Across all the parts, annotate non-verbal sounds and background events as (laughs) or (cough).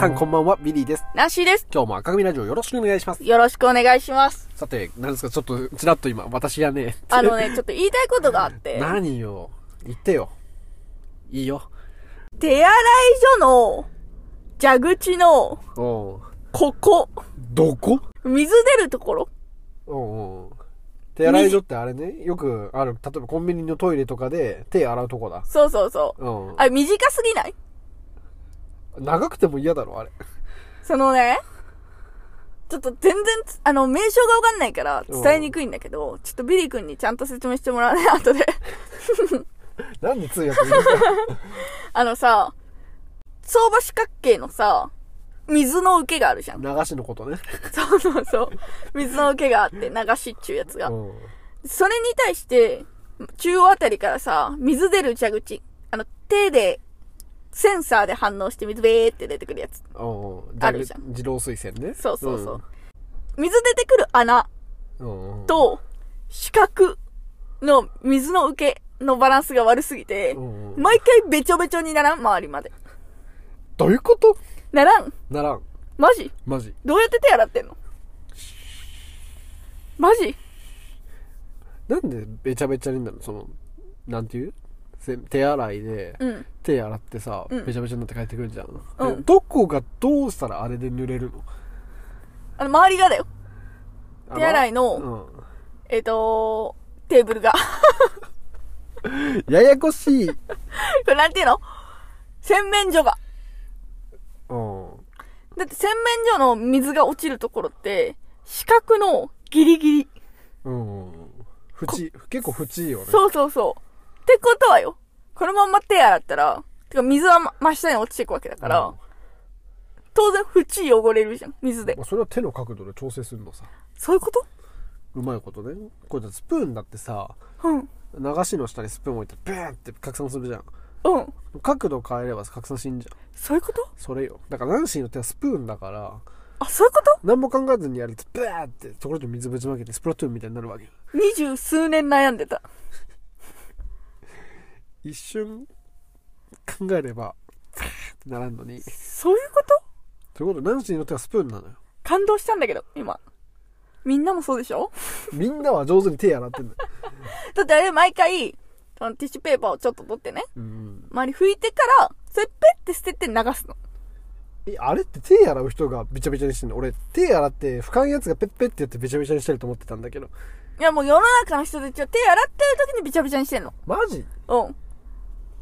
さんこんばんは、ビリーです。ナンシーです。今日も赤組ラジオよろしくお願いします。よろしくお願いします。さて、何ですか、ちょっと、ちらっと今、私やね、あの (laughs) ね、ちょっと言いたいことがあって、何よ、言ってよ。いいよ。手洗い所の蛇口のおうここ、どこ水出るところおうおう手洗い所ってあれね、よくある、例えばコンビニのトイレとかで手洗うとこだ。そうそうそう。うん。あれ短すぎない長くても嫌だろ、あれ。そのね、ちょっと全然つ、あの、名称がわかんないから伝えにくいんだけど、ちょっとビリー君にちゃんと説明してもらわない、 (laughs) 後で。なんで通訳いるんだあのさ、相場四角形のさ、水の受けがあるじゃ (laughs) ん。流しのことね。そうそうそう。水の受けがあって、流しっちゅうやつがう。ん。それに対して、中央あたりからさ、水出る蛇口。あの、手で、センサーで反応して水ベーって出てくるやつ。おうおうあるじゃん自動水栓ね。そうそうそう。水出てくる穴うん。うんうん、と、四角の水の受けのバランスが悪すぎてう、んうん毎回べちょべちょにならん周りまで。どういうことならんならん。マジマジ。どうやって手洗ってんのマジなんでべちゃべちゃになるのその、なんていうせ手洗いで、うん。手洗ってさ、うんべちゃべちゃになって帰ってくるじゃん。うんえどこがどうしたらあれで濡れるのあの、周りがだよ。あ手洗いのうえっ、とテーブルが。 (laughs) ん。ややこしい。 (laughs) うん。これなんていうの洗面所が。だって洗面所の水が落ちるところって、四角のギリギリ。うん。縁、結構縁いいよね。そうそうそう。ってことはよ。このまんま手洗ったら、てか水はま真下に落ちていくわけだから、うん当然縁汚れるじゃん、水でま。あそれは手の角度で調整するのさ。そういうことうまいことね。これだってスプーンだってさ、うん。流しの下にスプーン置いて、ブーンって拡散するじゃん。うん。角度変えれば拡散しんじゃん。そういうことそれよ。だからナンシーの手はスプーンだから、あ、そういうこ何も考えずにやると、ブワーって、ところで水ぶちまけて、スプラトゥーンみたいになるわけよ。と二十数年悩んでた。一瞬、考えれば、ブワーってならんのに。そういうことということで、ナンシーの手はスプーンなのよ。感動したんだけど、今。みんなもそうでしょみんなは上手に手洗ってんだよ。だってあれ毎回、そのティッシュペーパーをちょっと取ってね、うん。周り拭いてから、それペッて捨てて流すの。え、あれって手洗う人がべちゃべちゃにしてんの俺、手洗って、俯瞰やつがペッペッってやってべちゃべちゃにしてると思ってたんだけど。いやもう世の中の人たちは手洗ってる時にびちゃびちゃにしてんの。マジうん。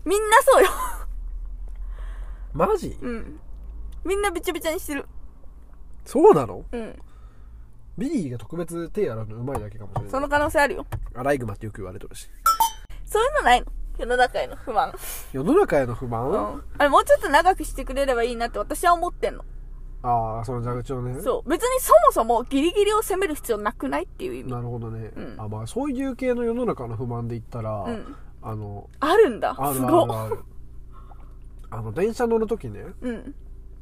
みんなそうよ。マジうん。みんなびちゃびちゃにしてる。そうなのうん。ビリーが特別手洗うのうまいだけかもしれない。その可能性あるよ。アライグマってよく言われてるし。そういうのないの世の中への不満。世の中への不満、うん。あれもうちょっと長くしてくれればいいなって私は思ってんの。ああ、その蛇口をね。そう。別にそもそもギリギリを攻める必要なくないっていう意味。なるほどね、うんあまあそういう系の世の中の不満で言ったら、うん。あのあるんだ。あするあるごあるあの電車乗る時ねい。うん。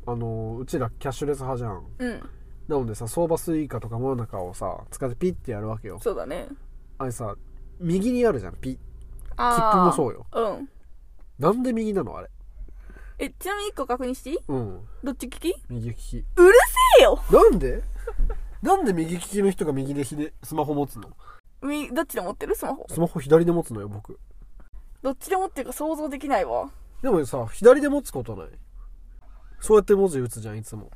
あのうちらキャッシュレス派じゃんうん。なのでさ相場スイカとかモナカをさ使ってピッてやるわけよそうだね。あれさ右にあるじゃんピあ切ー符もそうようん。なんで右なのあれえ、ちなみに一個確認していいうんどっち利き右利きうるせえよなんで (laughs) なんで右利きの人が右でひでスマホ持つのみ、どっちで持ってるスマホ。スマホ左で持つのよ僕どっちで持ってるか想像できないわ。でもさ左で持つことないそうやって文字打つじゃんいつも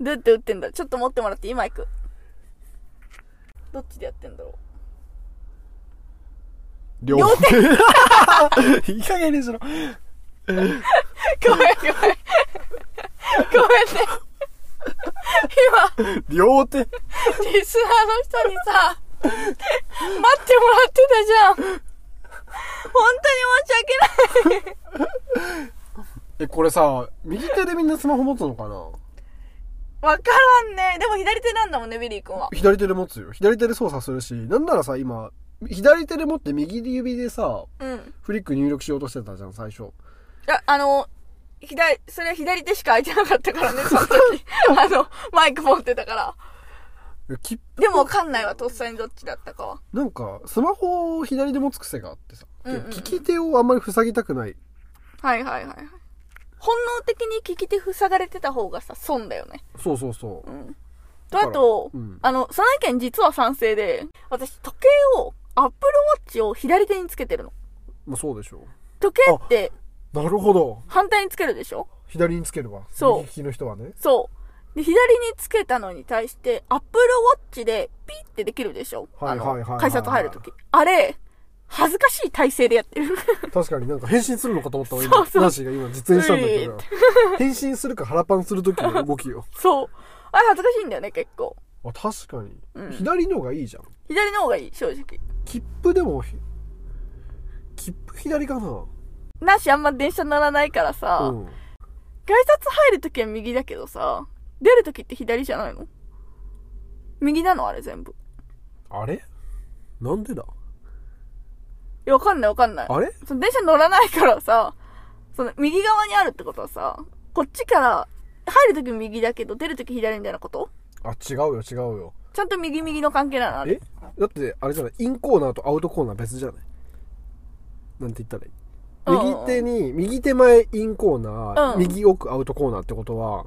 どうやって打ってんだちょっと持ってもらって今行く。どっちでやってんだろ両両手 (laughs) いい加減にしろ。う。ごめんごめん。ごめんね。今、両手。リスナーの人にさ、待ってもらってたじゃん。本当に申し訳ない。え、これさ、右手でみんなスマホ持つのかなわからんね。でも左手なんだもんね、ビリー君は。左手で持つよ。左手で操作するし、なんならさ、今、左手で持って右指でさ、うん。フリック入力しようとしてたじゃん、最初。いや、あの、左、それは左手しか空いてなかったからね、その時。あの、マイク持ってたから。え切符でもわかんないわ、とっさにどっちだったかは。なんか、スマホを左で持つ癖があってさ、うんうんで利き手をあんまり塞ぎたくない。はいはいはいはい。本能的に利き手塞がれてた方がさ、損だよね。そうそうそう。うん。だと、からあと、うんあの、その意見実は賛成で、私、時計を、アップルウォッチを左手につけてるの。まあそうでしょ時計ってう。なるほど。反対につけるでしょ左につけるわ。そう右利きの人はね。そう。で、左につけたのに対して、アップルウォッチでピッてできるでしょはいはいはいはいあの改札入るとき。あれ、恥ずかしい体勢でやってる。 (laughs) 確かになんか変身するのかと思ったわ、そう今。そうナンシーが今実演したんだけうど。変身するか腹パンするときの動 (laughs) きよ。そう。あれ恥ずかしいんだよね、結構。あ、確かに。うん左の方がいいじゃん。左の方がいい、正直。切符でも、ひ切符左かななし、あんま電車乗らないからさ、うん。改札入るときは右だけどさ、出るときって左じゃないの右なのあれ全部。あれなんでだいや、わかんないわかんない。あれその電車乗らないからさ、その右側にあるってことはさ、こっちから入るとき右だけど出るとき左みたいなことあ、違うよ違うよ。ちゃんと右右の関係なのあれえだって、あれじゃないインコーナーとアウトコーナー別じゃないなんて言ったらいいうん右手に、右手前インコーナー、うん右奥アウトコーナーってことは、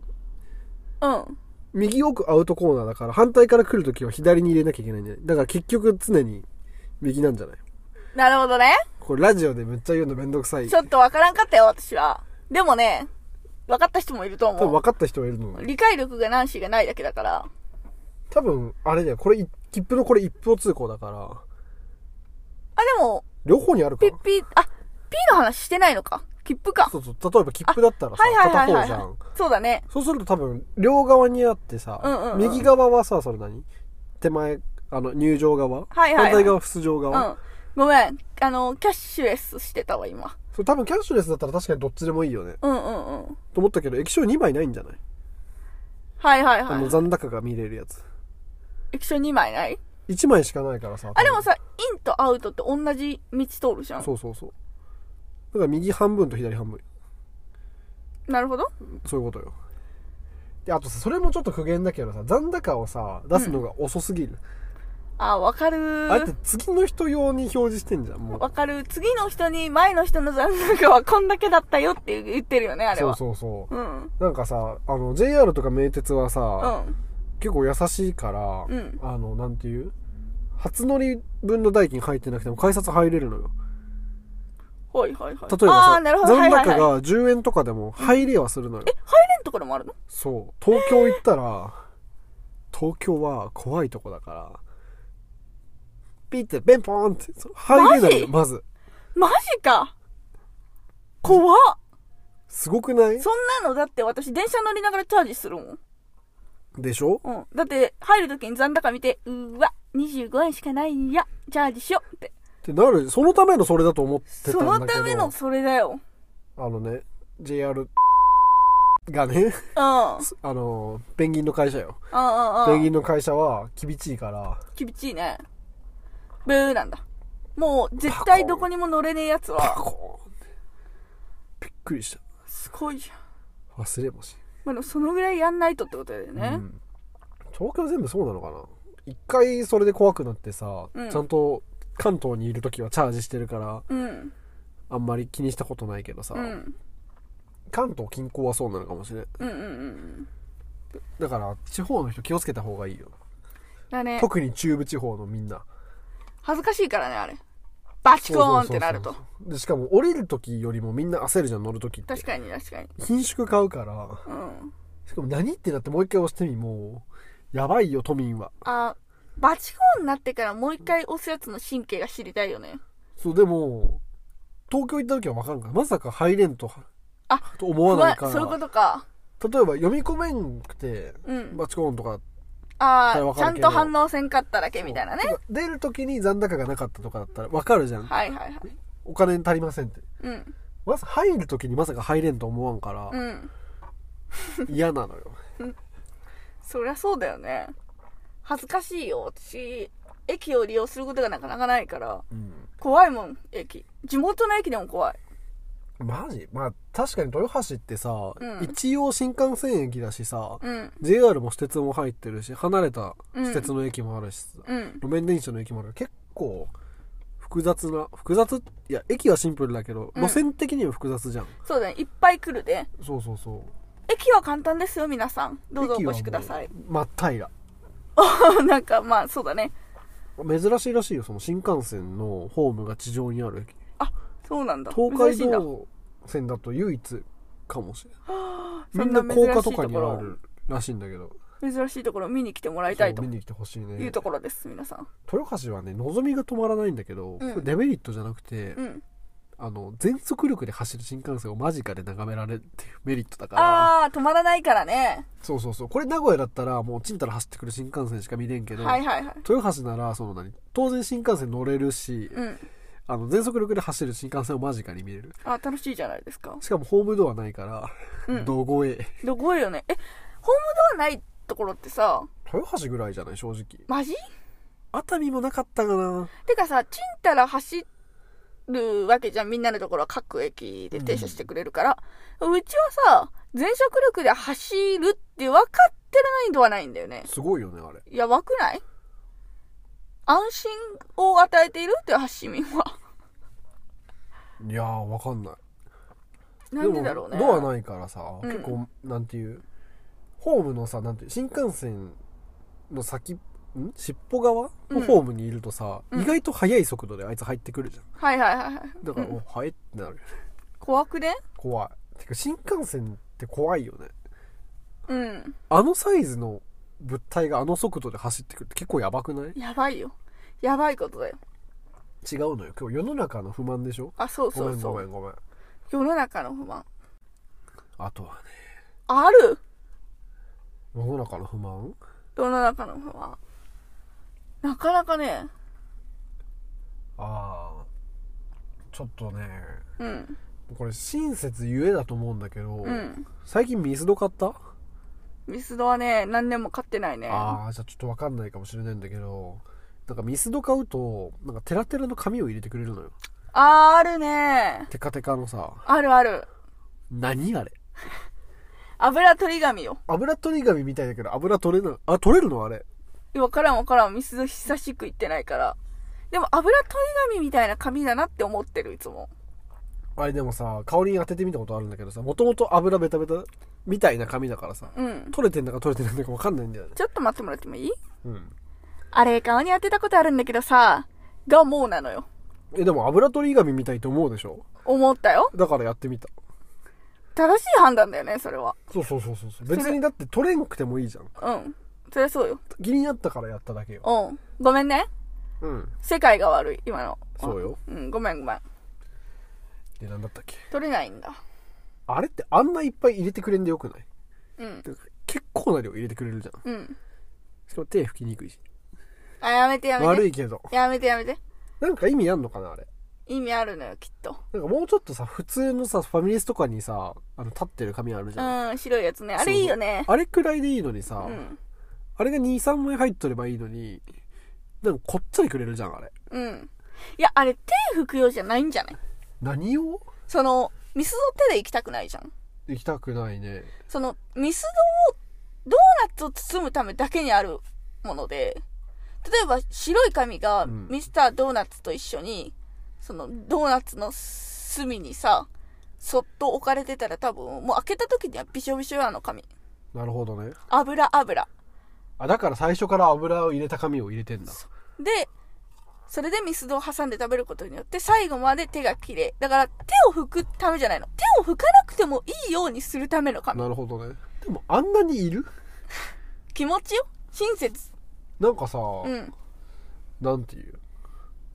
うん。右奥アウトコーナーだから反対から来るときは左に入れなきゃいけないんじゃないだから結局常に右なんじゃないなるほどね。これラジオでめっちゃ言うのめんどくさいちょっとわからんかったよ、私は。でもね、わかった人もいると多分思分かった人がいるのう。理解力がナンシーがないだけだから。多分あれだよこれい切符のこれ一方通行だからあ、でも、両方にあるかピッピ、あ、ピーの話してないのか。切符か。そうそう例えば切符だったらさはいはいはい片は方いじゃはいん。そうだね。そうすると多分両側にあってさ、うんうんうん右側はさそれ何手前あの入場側、はいはいはい反対側出場う側、ん。ごめん。あの、キャッシュレスしてたわ、今。そう多分キャッシュレスだったら確かにどっちでもいいよねうんうんうん。と思ったけど液晶2枚ないんじゃない、はいはいあはのい。残高が見れるやつ液晶2枚ない1枚しかないからさあ、でもさ、インとアウトって同じ道通るじゃん。そうそうそうだから右半分と左半分なるほど。そういうことよであとさそれもちょっと苦言だけどさ残高をさ出すのが遅すぎる、あ、わかるあれって次の人用に表示してんじゃんもうわかる。次の人に前の人の残高はこんだけだったよって言ってるよね、あれそうは。そうそう、うん。なんかさあの JR とか名鉄はうさ、ん。結構優しいから、うんあのなんていう初乗り分の代金入ってなくても改札入れるのよはいはいはい。例えばあさあ、なるほど。は残いはい高はがい。10円とかでも入れはするのよ、ペンとかでもあるのそう東京行ったら東京は怖いとこだからピッてベンポーンってそう入れないよまずマジか怖っすごくないそんなのだって私電車乗りながらチャージするもん。でしょうん。だって入るときに残高見て、うわ、25円しかないんや、チャージしようって。ってなるそのためのそれだと思ってたんだけそどのためのそれだよ。あのね JR がね (laughs) うん。うんあのペンギンの会社ようペンんうギん。ンの会社は厳しいから厳しいね。ブーなんだ。もう絶対どこにも乗れねえやつパは、コーンってびっくりしたすごいじゃん。忘れもしまあでもそのぐらいやんないとってことだよないうね。ん東京全部そうなのかな一回それで怖くなってさ、うんちゃんと関東にいる時はチャージしてるからうん。あんまり気にしたことないけどさ、うん。関東近郊はそうなのかもしれないうんうんうん。だから地方の人気をつけた方がいいよだね。特に中部地方のみんな恥ずかしいからね、あれ。バチコーンってなるとそう。そうそうそうでしかも降りる時よりもみんな焦るじゃん乗る時って確かに確かに。品種買うからうん。しかも何ってなってもう一回押してみもうやばいよ都民はあ、バチコーンになってからもう一回押すやつの神経が知りたいよね。そうでも東京行った時は分かんからまさか入れんとあと思わないか不安らそういうことか。例えば読み込めんくてうん。バチコーンとかあはいわあ、ちかゃるんけどと反応せんかっただけみたいなね。出る時に残高がなかったとかだったら分かるじゃん、はいはいはい。お金足りませんってうん。まず入る時にまさか入れんと思わんから、うん。嫌なのよそりゃそうだよね。恥ずかしいよ。私、駅を利用することがなかなかないから。うん怖いもん、駅。地元の駅でも怖い。マジまあ確かに豊橋ってさ、うん一応新幹線駅だしさ、うん。 JR も私鉄も入ってるし離れた私鉄の駅もあるし、うん。路面電車の駅もある結構複雑な複雑いや駅はシンプルだけど、うん路線的にも複雑じゃんそうだねいっぱい来るでそうそうそう駅は簡単ですよ皆さんどうぞお駅はも越しください真っ平 (laughs) なんかまあそうだねら珍しいらしいよその新幹線のホームが地上にある駅そうなんだ東海珍しいんだ道線だと唯一かもしれそないみんんなな高珍架しといかとにこあろるらしいんだけど珍しいところ見に来てもらいたいそとう見に来てほしいいねうところです皆さん豊橋はね望みが止まらないんだけど、うんこれデメリットじゃなくて、うんあの全速力で走る新幹線を間近で眺められるっていうメリットだからああー止まらないからねそうそうそうこれ名古屋だったらもうちんたら走ってくる新幹線しか見れんけど、はいはいはい豊橋ならその何当然新幹線乗れるし、うんあの全速力で走る新幹線を間近に見れるあー楽しいじゃないですかしかもホームドアないから、うんどこへすごいよねえホームドアないところってさ豊橋ぐらいじゃない正直マジ熱海もなかったかなてかさちんたら走るわけじゃんみんなのところは各駅で停車してくれるから、うちはさ全速力で走るって分かってる難易度はないんだよねすごいよねあれやばくない安心を与えているって市民はいやーわかんないなんでだろうねもドアないからさ、うん結構なんていうホームのさなんていう新幹線の先ん尻尾側のホームにいるとさ、うん意外と速い速度であいつ入ってくるじゃんはいはいはいはいだから、うんお速いってなるよね怖くね怖いてか新幹線って怖いよねうんあのサイズの物体があの速度で走ってくるって結構やばくない違うやばいよやばいことだよのよ今日世の中の不満でしょあそうごそめうんそごめうんごめん世の中の不満あとはねある世の中の不満世の中の不満なかなかねああちょっとねうんこれ親切ゆえだと思うんだけど、うん最近ミスド買った、ミスドはね何年も買ってないねああじゃあちょっと分かんないかもしれないんだけどなんかミスド買うとなんかテラテラの紙を入れてくれるのよあーあるねテカテカのさあるある何あれ油取り紙よ油取り紙みたいだけど油取れないあ取れるのあれわからんわからんミスド久しく行ってないからでも油取り紙みたいな紙だなって思ってるいつもあれでもさ香りに当ててみたことあるんだけどさもともと油ベタベタみたいな紙だからさうん取れてんだか取れてないんだか分かんないんだよねちょっと待ってもらってもいいうんあれ顔に当てたことあるんだけどさがもうなのよえでも油取り紙みたいと思うでしょ思ったよだからやってみた正しい判断だよねそれはそうそうそうそうそう別にだって取れなくてもいいじゃんうんそりゃそうよ気になったからやっただけようんごめんねうん世界が悪い今のそうようんごめんごめんで何だったっけ取れないんだあれってあんないっぱい入れてくれんでよくないうんてか結構な量入れてくれるじゃんうんしかも手拭きにくいしあやめてやめて悪いけどやめてやめてなんか意味あんのかなあれ意味あるのよきっとなんかもうちょっとさ普通のさファミレスとかにさあの立ってる紙あるじゃん、うん白いやつねあそうれそういいよねあれくらいでいいのにさ、うんあれが23枚入っとればいいのになんかこっちゃりくれるじゃんあれうんいやあれ手拭くようじゃないんじゃない何をそのミスド手で行きたくないじゃん行きたくないねそのミスドをドーナツを包むためだけにあるもので例えば白い紙がうんミスタードーナツと一緒に、そのドーナツの隅にさそっと置かれてたら多分もう開けた時にはびしょびしょよあの紙なるほどね油油あだから最初から油を入れた紙を入れてんだでそれでミスドを挟んで食べることによって最後まで手が綺麗だから手を拭くためじゃないの手を拭かなくてもいいようにするための紙なるほどねでもあんなにいる気持ちよ親切なんかさ、うんなんていう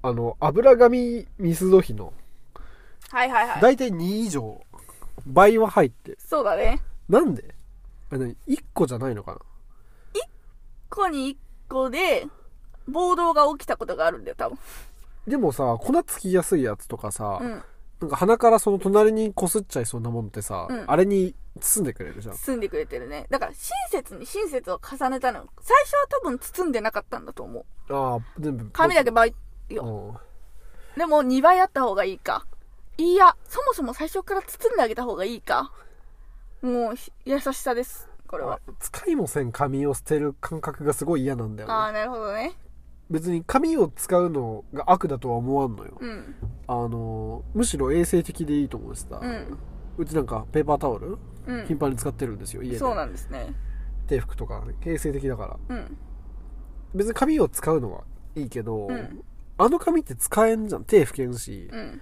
あの油紙ミスド比のはいはいはい大体2以上倍は入ってるそうだねなんであれ1個じゃないのかなここに1個で暴動が起きたことがあるんだよ多分でもさ粉つきやすいやつとかさ、うんなんか鼻からその隣にこすっちゃいそうなもんってさ、うんあれに包んでくれるじゃん包んでくれてるねだから親切に親切を重ねたの最初は多分包んでなかったんだと思うああ全部紙だけ倍うよんでも2倍あった方がいいかいやそもそも最初から包んであげた方がいいかもうひ優しさですこれはあ使いもせん紙を捨てる感覚がすごい嫌なんだよああねーなるほどね別に紙を使うのが悪だとは思わんのよ。うんあの、むしろ衛生的でいいと思ってた。うんうちなんかペーパータオル、う頻ん繁に使ってるんですよ、家で。そうなんですね制服とか、ね、衛生的だから。うん別に紙を使うのはいいけど、うんあの紙って使えんじゃん。手拭けんし、うん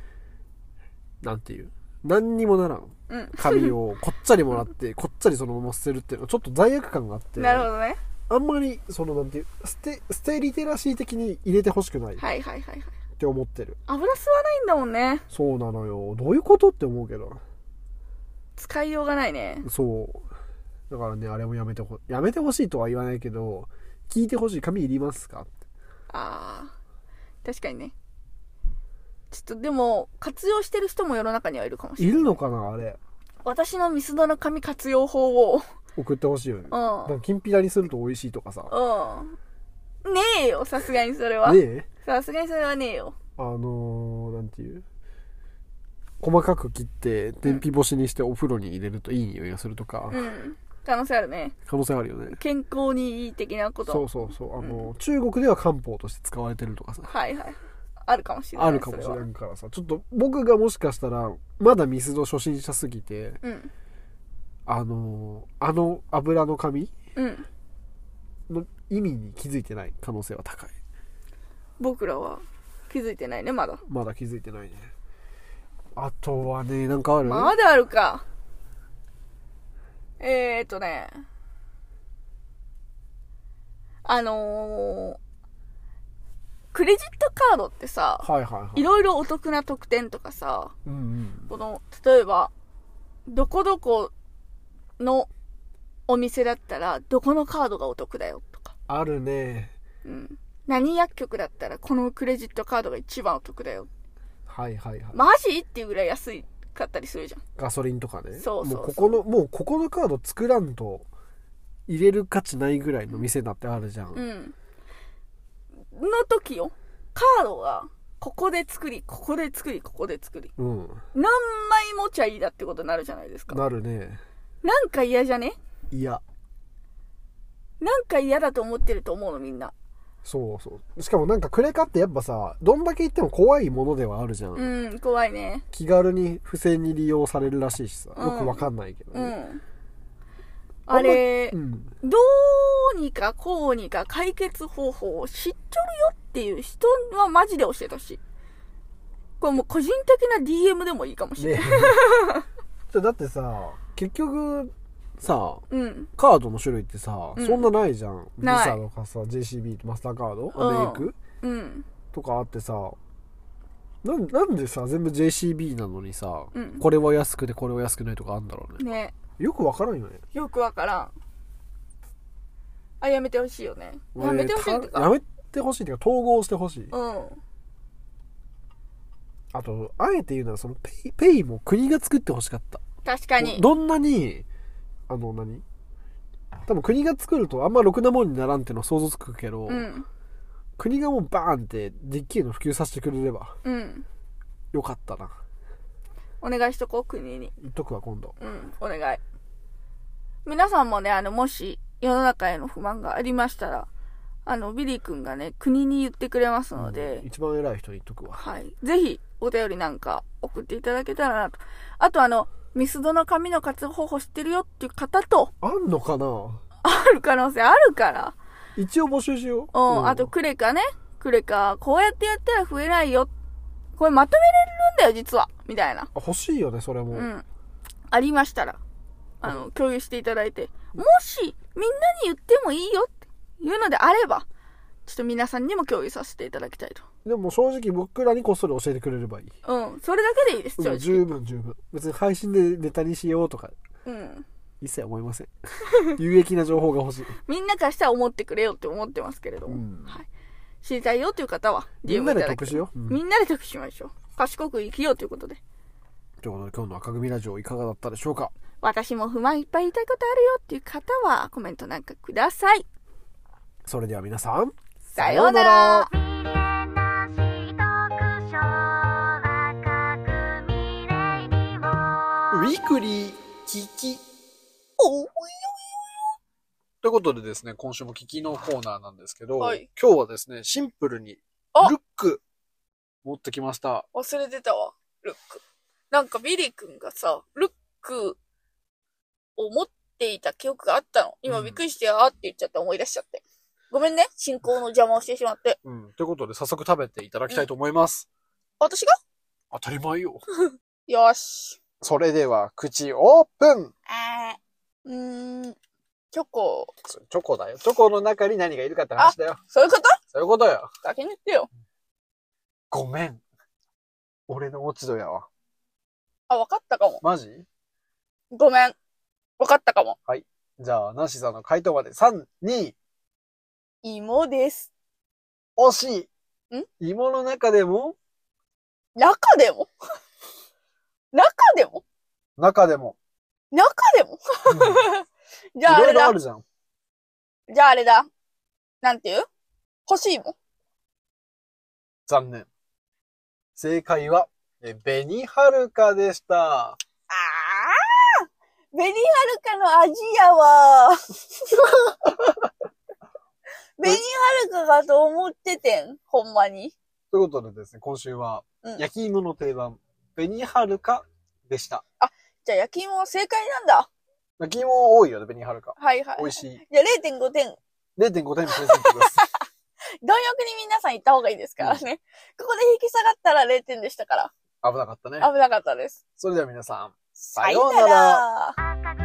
なんていう。何にもならん。うん紙をこっちゃりもらって、こっちゃりそのまま捨てるっていうのはちょっと罪悪感があって。なるほどねあんまり、その、なんていう、捨て、捨てリテラシー的に入れてほしくないっはいはいはいはいて思ってる。油吸わないんだもんねそうなのよ。どういうことって思うけど。使いようがないねそう。だからね、あれもやめてほ、やめてほしいとは言わないけど、聞いてほしい。紙いりますかってあー確かにねちょっとでも活用してる人も世の中にはいるかもしれないいるのかなあれ。私のミスドの紙活用法を送ってほしいよね。うだんからきんぴらにすると美味しいとかさ。うんねえよさすがにそれはねえさすがにそれはねえよあのー、なんていう。細かく切って、天日干しにしてお風呂に入れるといい匂いがするとか、うん可能性あるね可能性あるよね。健康にいい的なことそうそうそう。あの、中国では漢方として使われてるとかさ。はいはいあるかもしれないあるかもしそれはんからさちょっと僕がもしかしたらまだミスド初心者すぎてうんあのーあの油の紙うんの意味に気づいてない可能性は高い僕らは気づいてないねまだまだ気づいてないねあとはねなんかある、まだあるかえー、っとねあのー、クレジットカードってさ、はいはいはいいろいろお得な特典とかさ、うんうんこの、例えば、どこどこのお店だったら、どこのカードがお得だよとか、あるねうん。何薬局だったら、このクレジットカードが一番お得だよ。はいはいはい、マジっていうぐらい安いかったりするじゃん。ガソリンとかねそうそうそうもうここのもうここのカード作らんと入れる価値ないぐらいの店だってあるじゃん、うん。の時よ、カードが、ここで作り、ここで作り、ここで作り。うん何枚持ちゃいいだってことになるじゃないですか。なるねなんか嫌じゃねいやなんか嫌だと思ってると思うのみんな。そうそうしかもなんかクレカってやっぱさどんだけ言っても怖いものではあるじゃん、うん、怖いね。気軽に不正に利用されるらしいしさうんよくわかんないけど、うねん。あれ、うんどうにかこうにか解決方法を知っとるよっていう人はマジで教えてほしい。これもう個人的な DM でもいいかもし (laughs) れない。ねじゃだってさ結局さうん。カードの種類ってさ、うんそんなないじゃんビないサとかさ JCB とマスターカードうんアメイクうん。とかあってさなんなんでさ全部 JCB なのにさ、うんこれは安くてこれは安くないとかあんだろうねね。よくわからんよねよくわからん。あ、やめてほしいよね。やめてほしいってたやか。めてほしいっていうか統合してほしいうん。あと、あえて言うなら、そのペイ、ペイも国が作ってほしかった。確かに。どんなに、あの、何多分国が作るとあんまろくなもんにならんってのは想像つくけど、うん。国がもうバーンってでっけえの普及させてくれればうん。よかったな。お願いしとこう、国に。言っとくわ、今度。うん、お願い。皆さんもね、あの、もし、世の中への不満がありましたら、あの、ビリー君がね、国に言ってくれますので、一番偉い人に言っとくわ。はい。ぜひ、お便りなんか送っていただけたらなと。あと、あの、ミスドの紙の活用方法知ってるよっていう方と、あんのかなある可能性あるから。一応募集しよう。うん、うんあと、クレカね。クレカ、こうやってやったら増えないよ。これまとめれるんだよ、実は。みたいな。あ欲しいよね、それも。うん、ありましたら、あの、共有していただいて、もし、みんなに言ってもいいよっていうのであれば、ちょっと皆さんにも共有させていただきたいと。でも正直僕らにこっそり教えてくれればいい。うん、それだけでいいです、う正ん直。十分十分。別に配信でネタにしようとか、うん。一切思いません。 (laughs) 有益な情報が欲し (laughs) い。みんなからしたら思ってくれよって思ってますけれども、うんはい。知りたいよという方は、み DM んないでただ得けしよう。うんみんなで得しましょう。賢く生きようということで。ということで今日の赤組ラジオいかがだったでしょうか私も不満いっぱい言いたいことあるよっていう方は、コメントなんかください。それでは皆さんさようなら。ウィークリーキキということでですね、今週も聞きのコーナーなんですけど、はい今日はですね、シンプルに、あルック、持ってきました。忘れてたわ、ルック。なんかビリー君がさ、ルックを持っていた記憶があったの。今うんびっくりして、あーって言っちゃって思い出しちゃって。ごめんね、進行の邪魔をしてしまって。うん。ということで、早速食べていただきたいと思います。私が当たり前よ。よーし。それでは、口オープンあー。うーん。チョコ。それチョコだよ。チョコの中に何がいるかって話だよ。そういうことそういうことよ。先に言ってよ。ごめん。俺の落ち度やわ。あ、わかったかも。マジごめん。わかったかも。じゃあ、ナッシーさんの回答まで。3、2、芋です。惜しいん芋の中でも中でも (laughs) 中でも中で (laughs) も。中でも (laughs) うんじゃああいろれいろだあ。るじゃん。じゃああれだ。なんていう欲しいもん。残念。正解は、え紅はるかでした。ああベニハルカの味 (laughs) やわ。ベニハルカがと思っててん。ほんまに。ということでですね、今週はう、ん焼き芋の定番、紅はるかでした。じゃあ焼き芋は正解なんだ。焼き芋多いよね、紅はるか。はいはい。美味しい。じゃあ0.5点。 0.5点プレゼント (laughs) です。貪欲に皆さん行った方がいいですからね。ここで引き下がったら0点でしたから。危なかったね。危なかったです。それでは皆さん、さようならようなら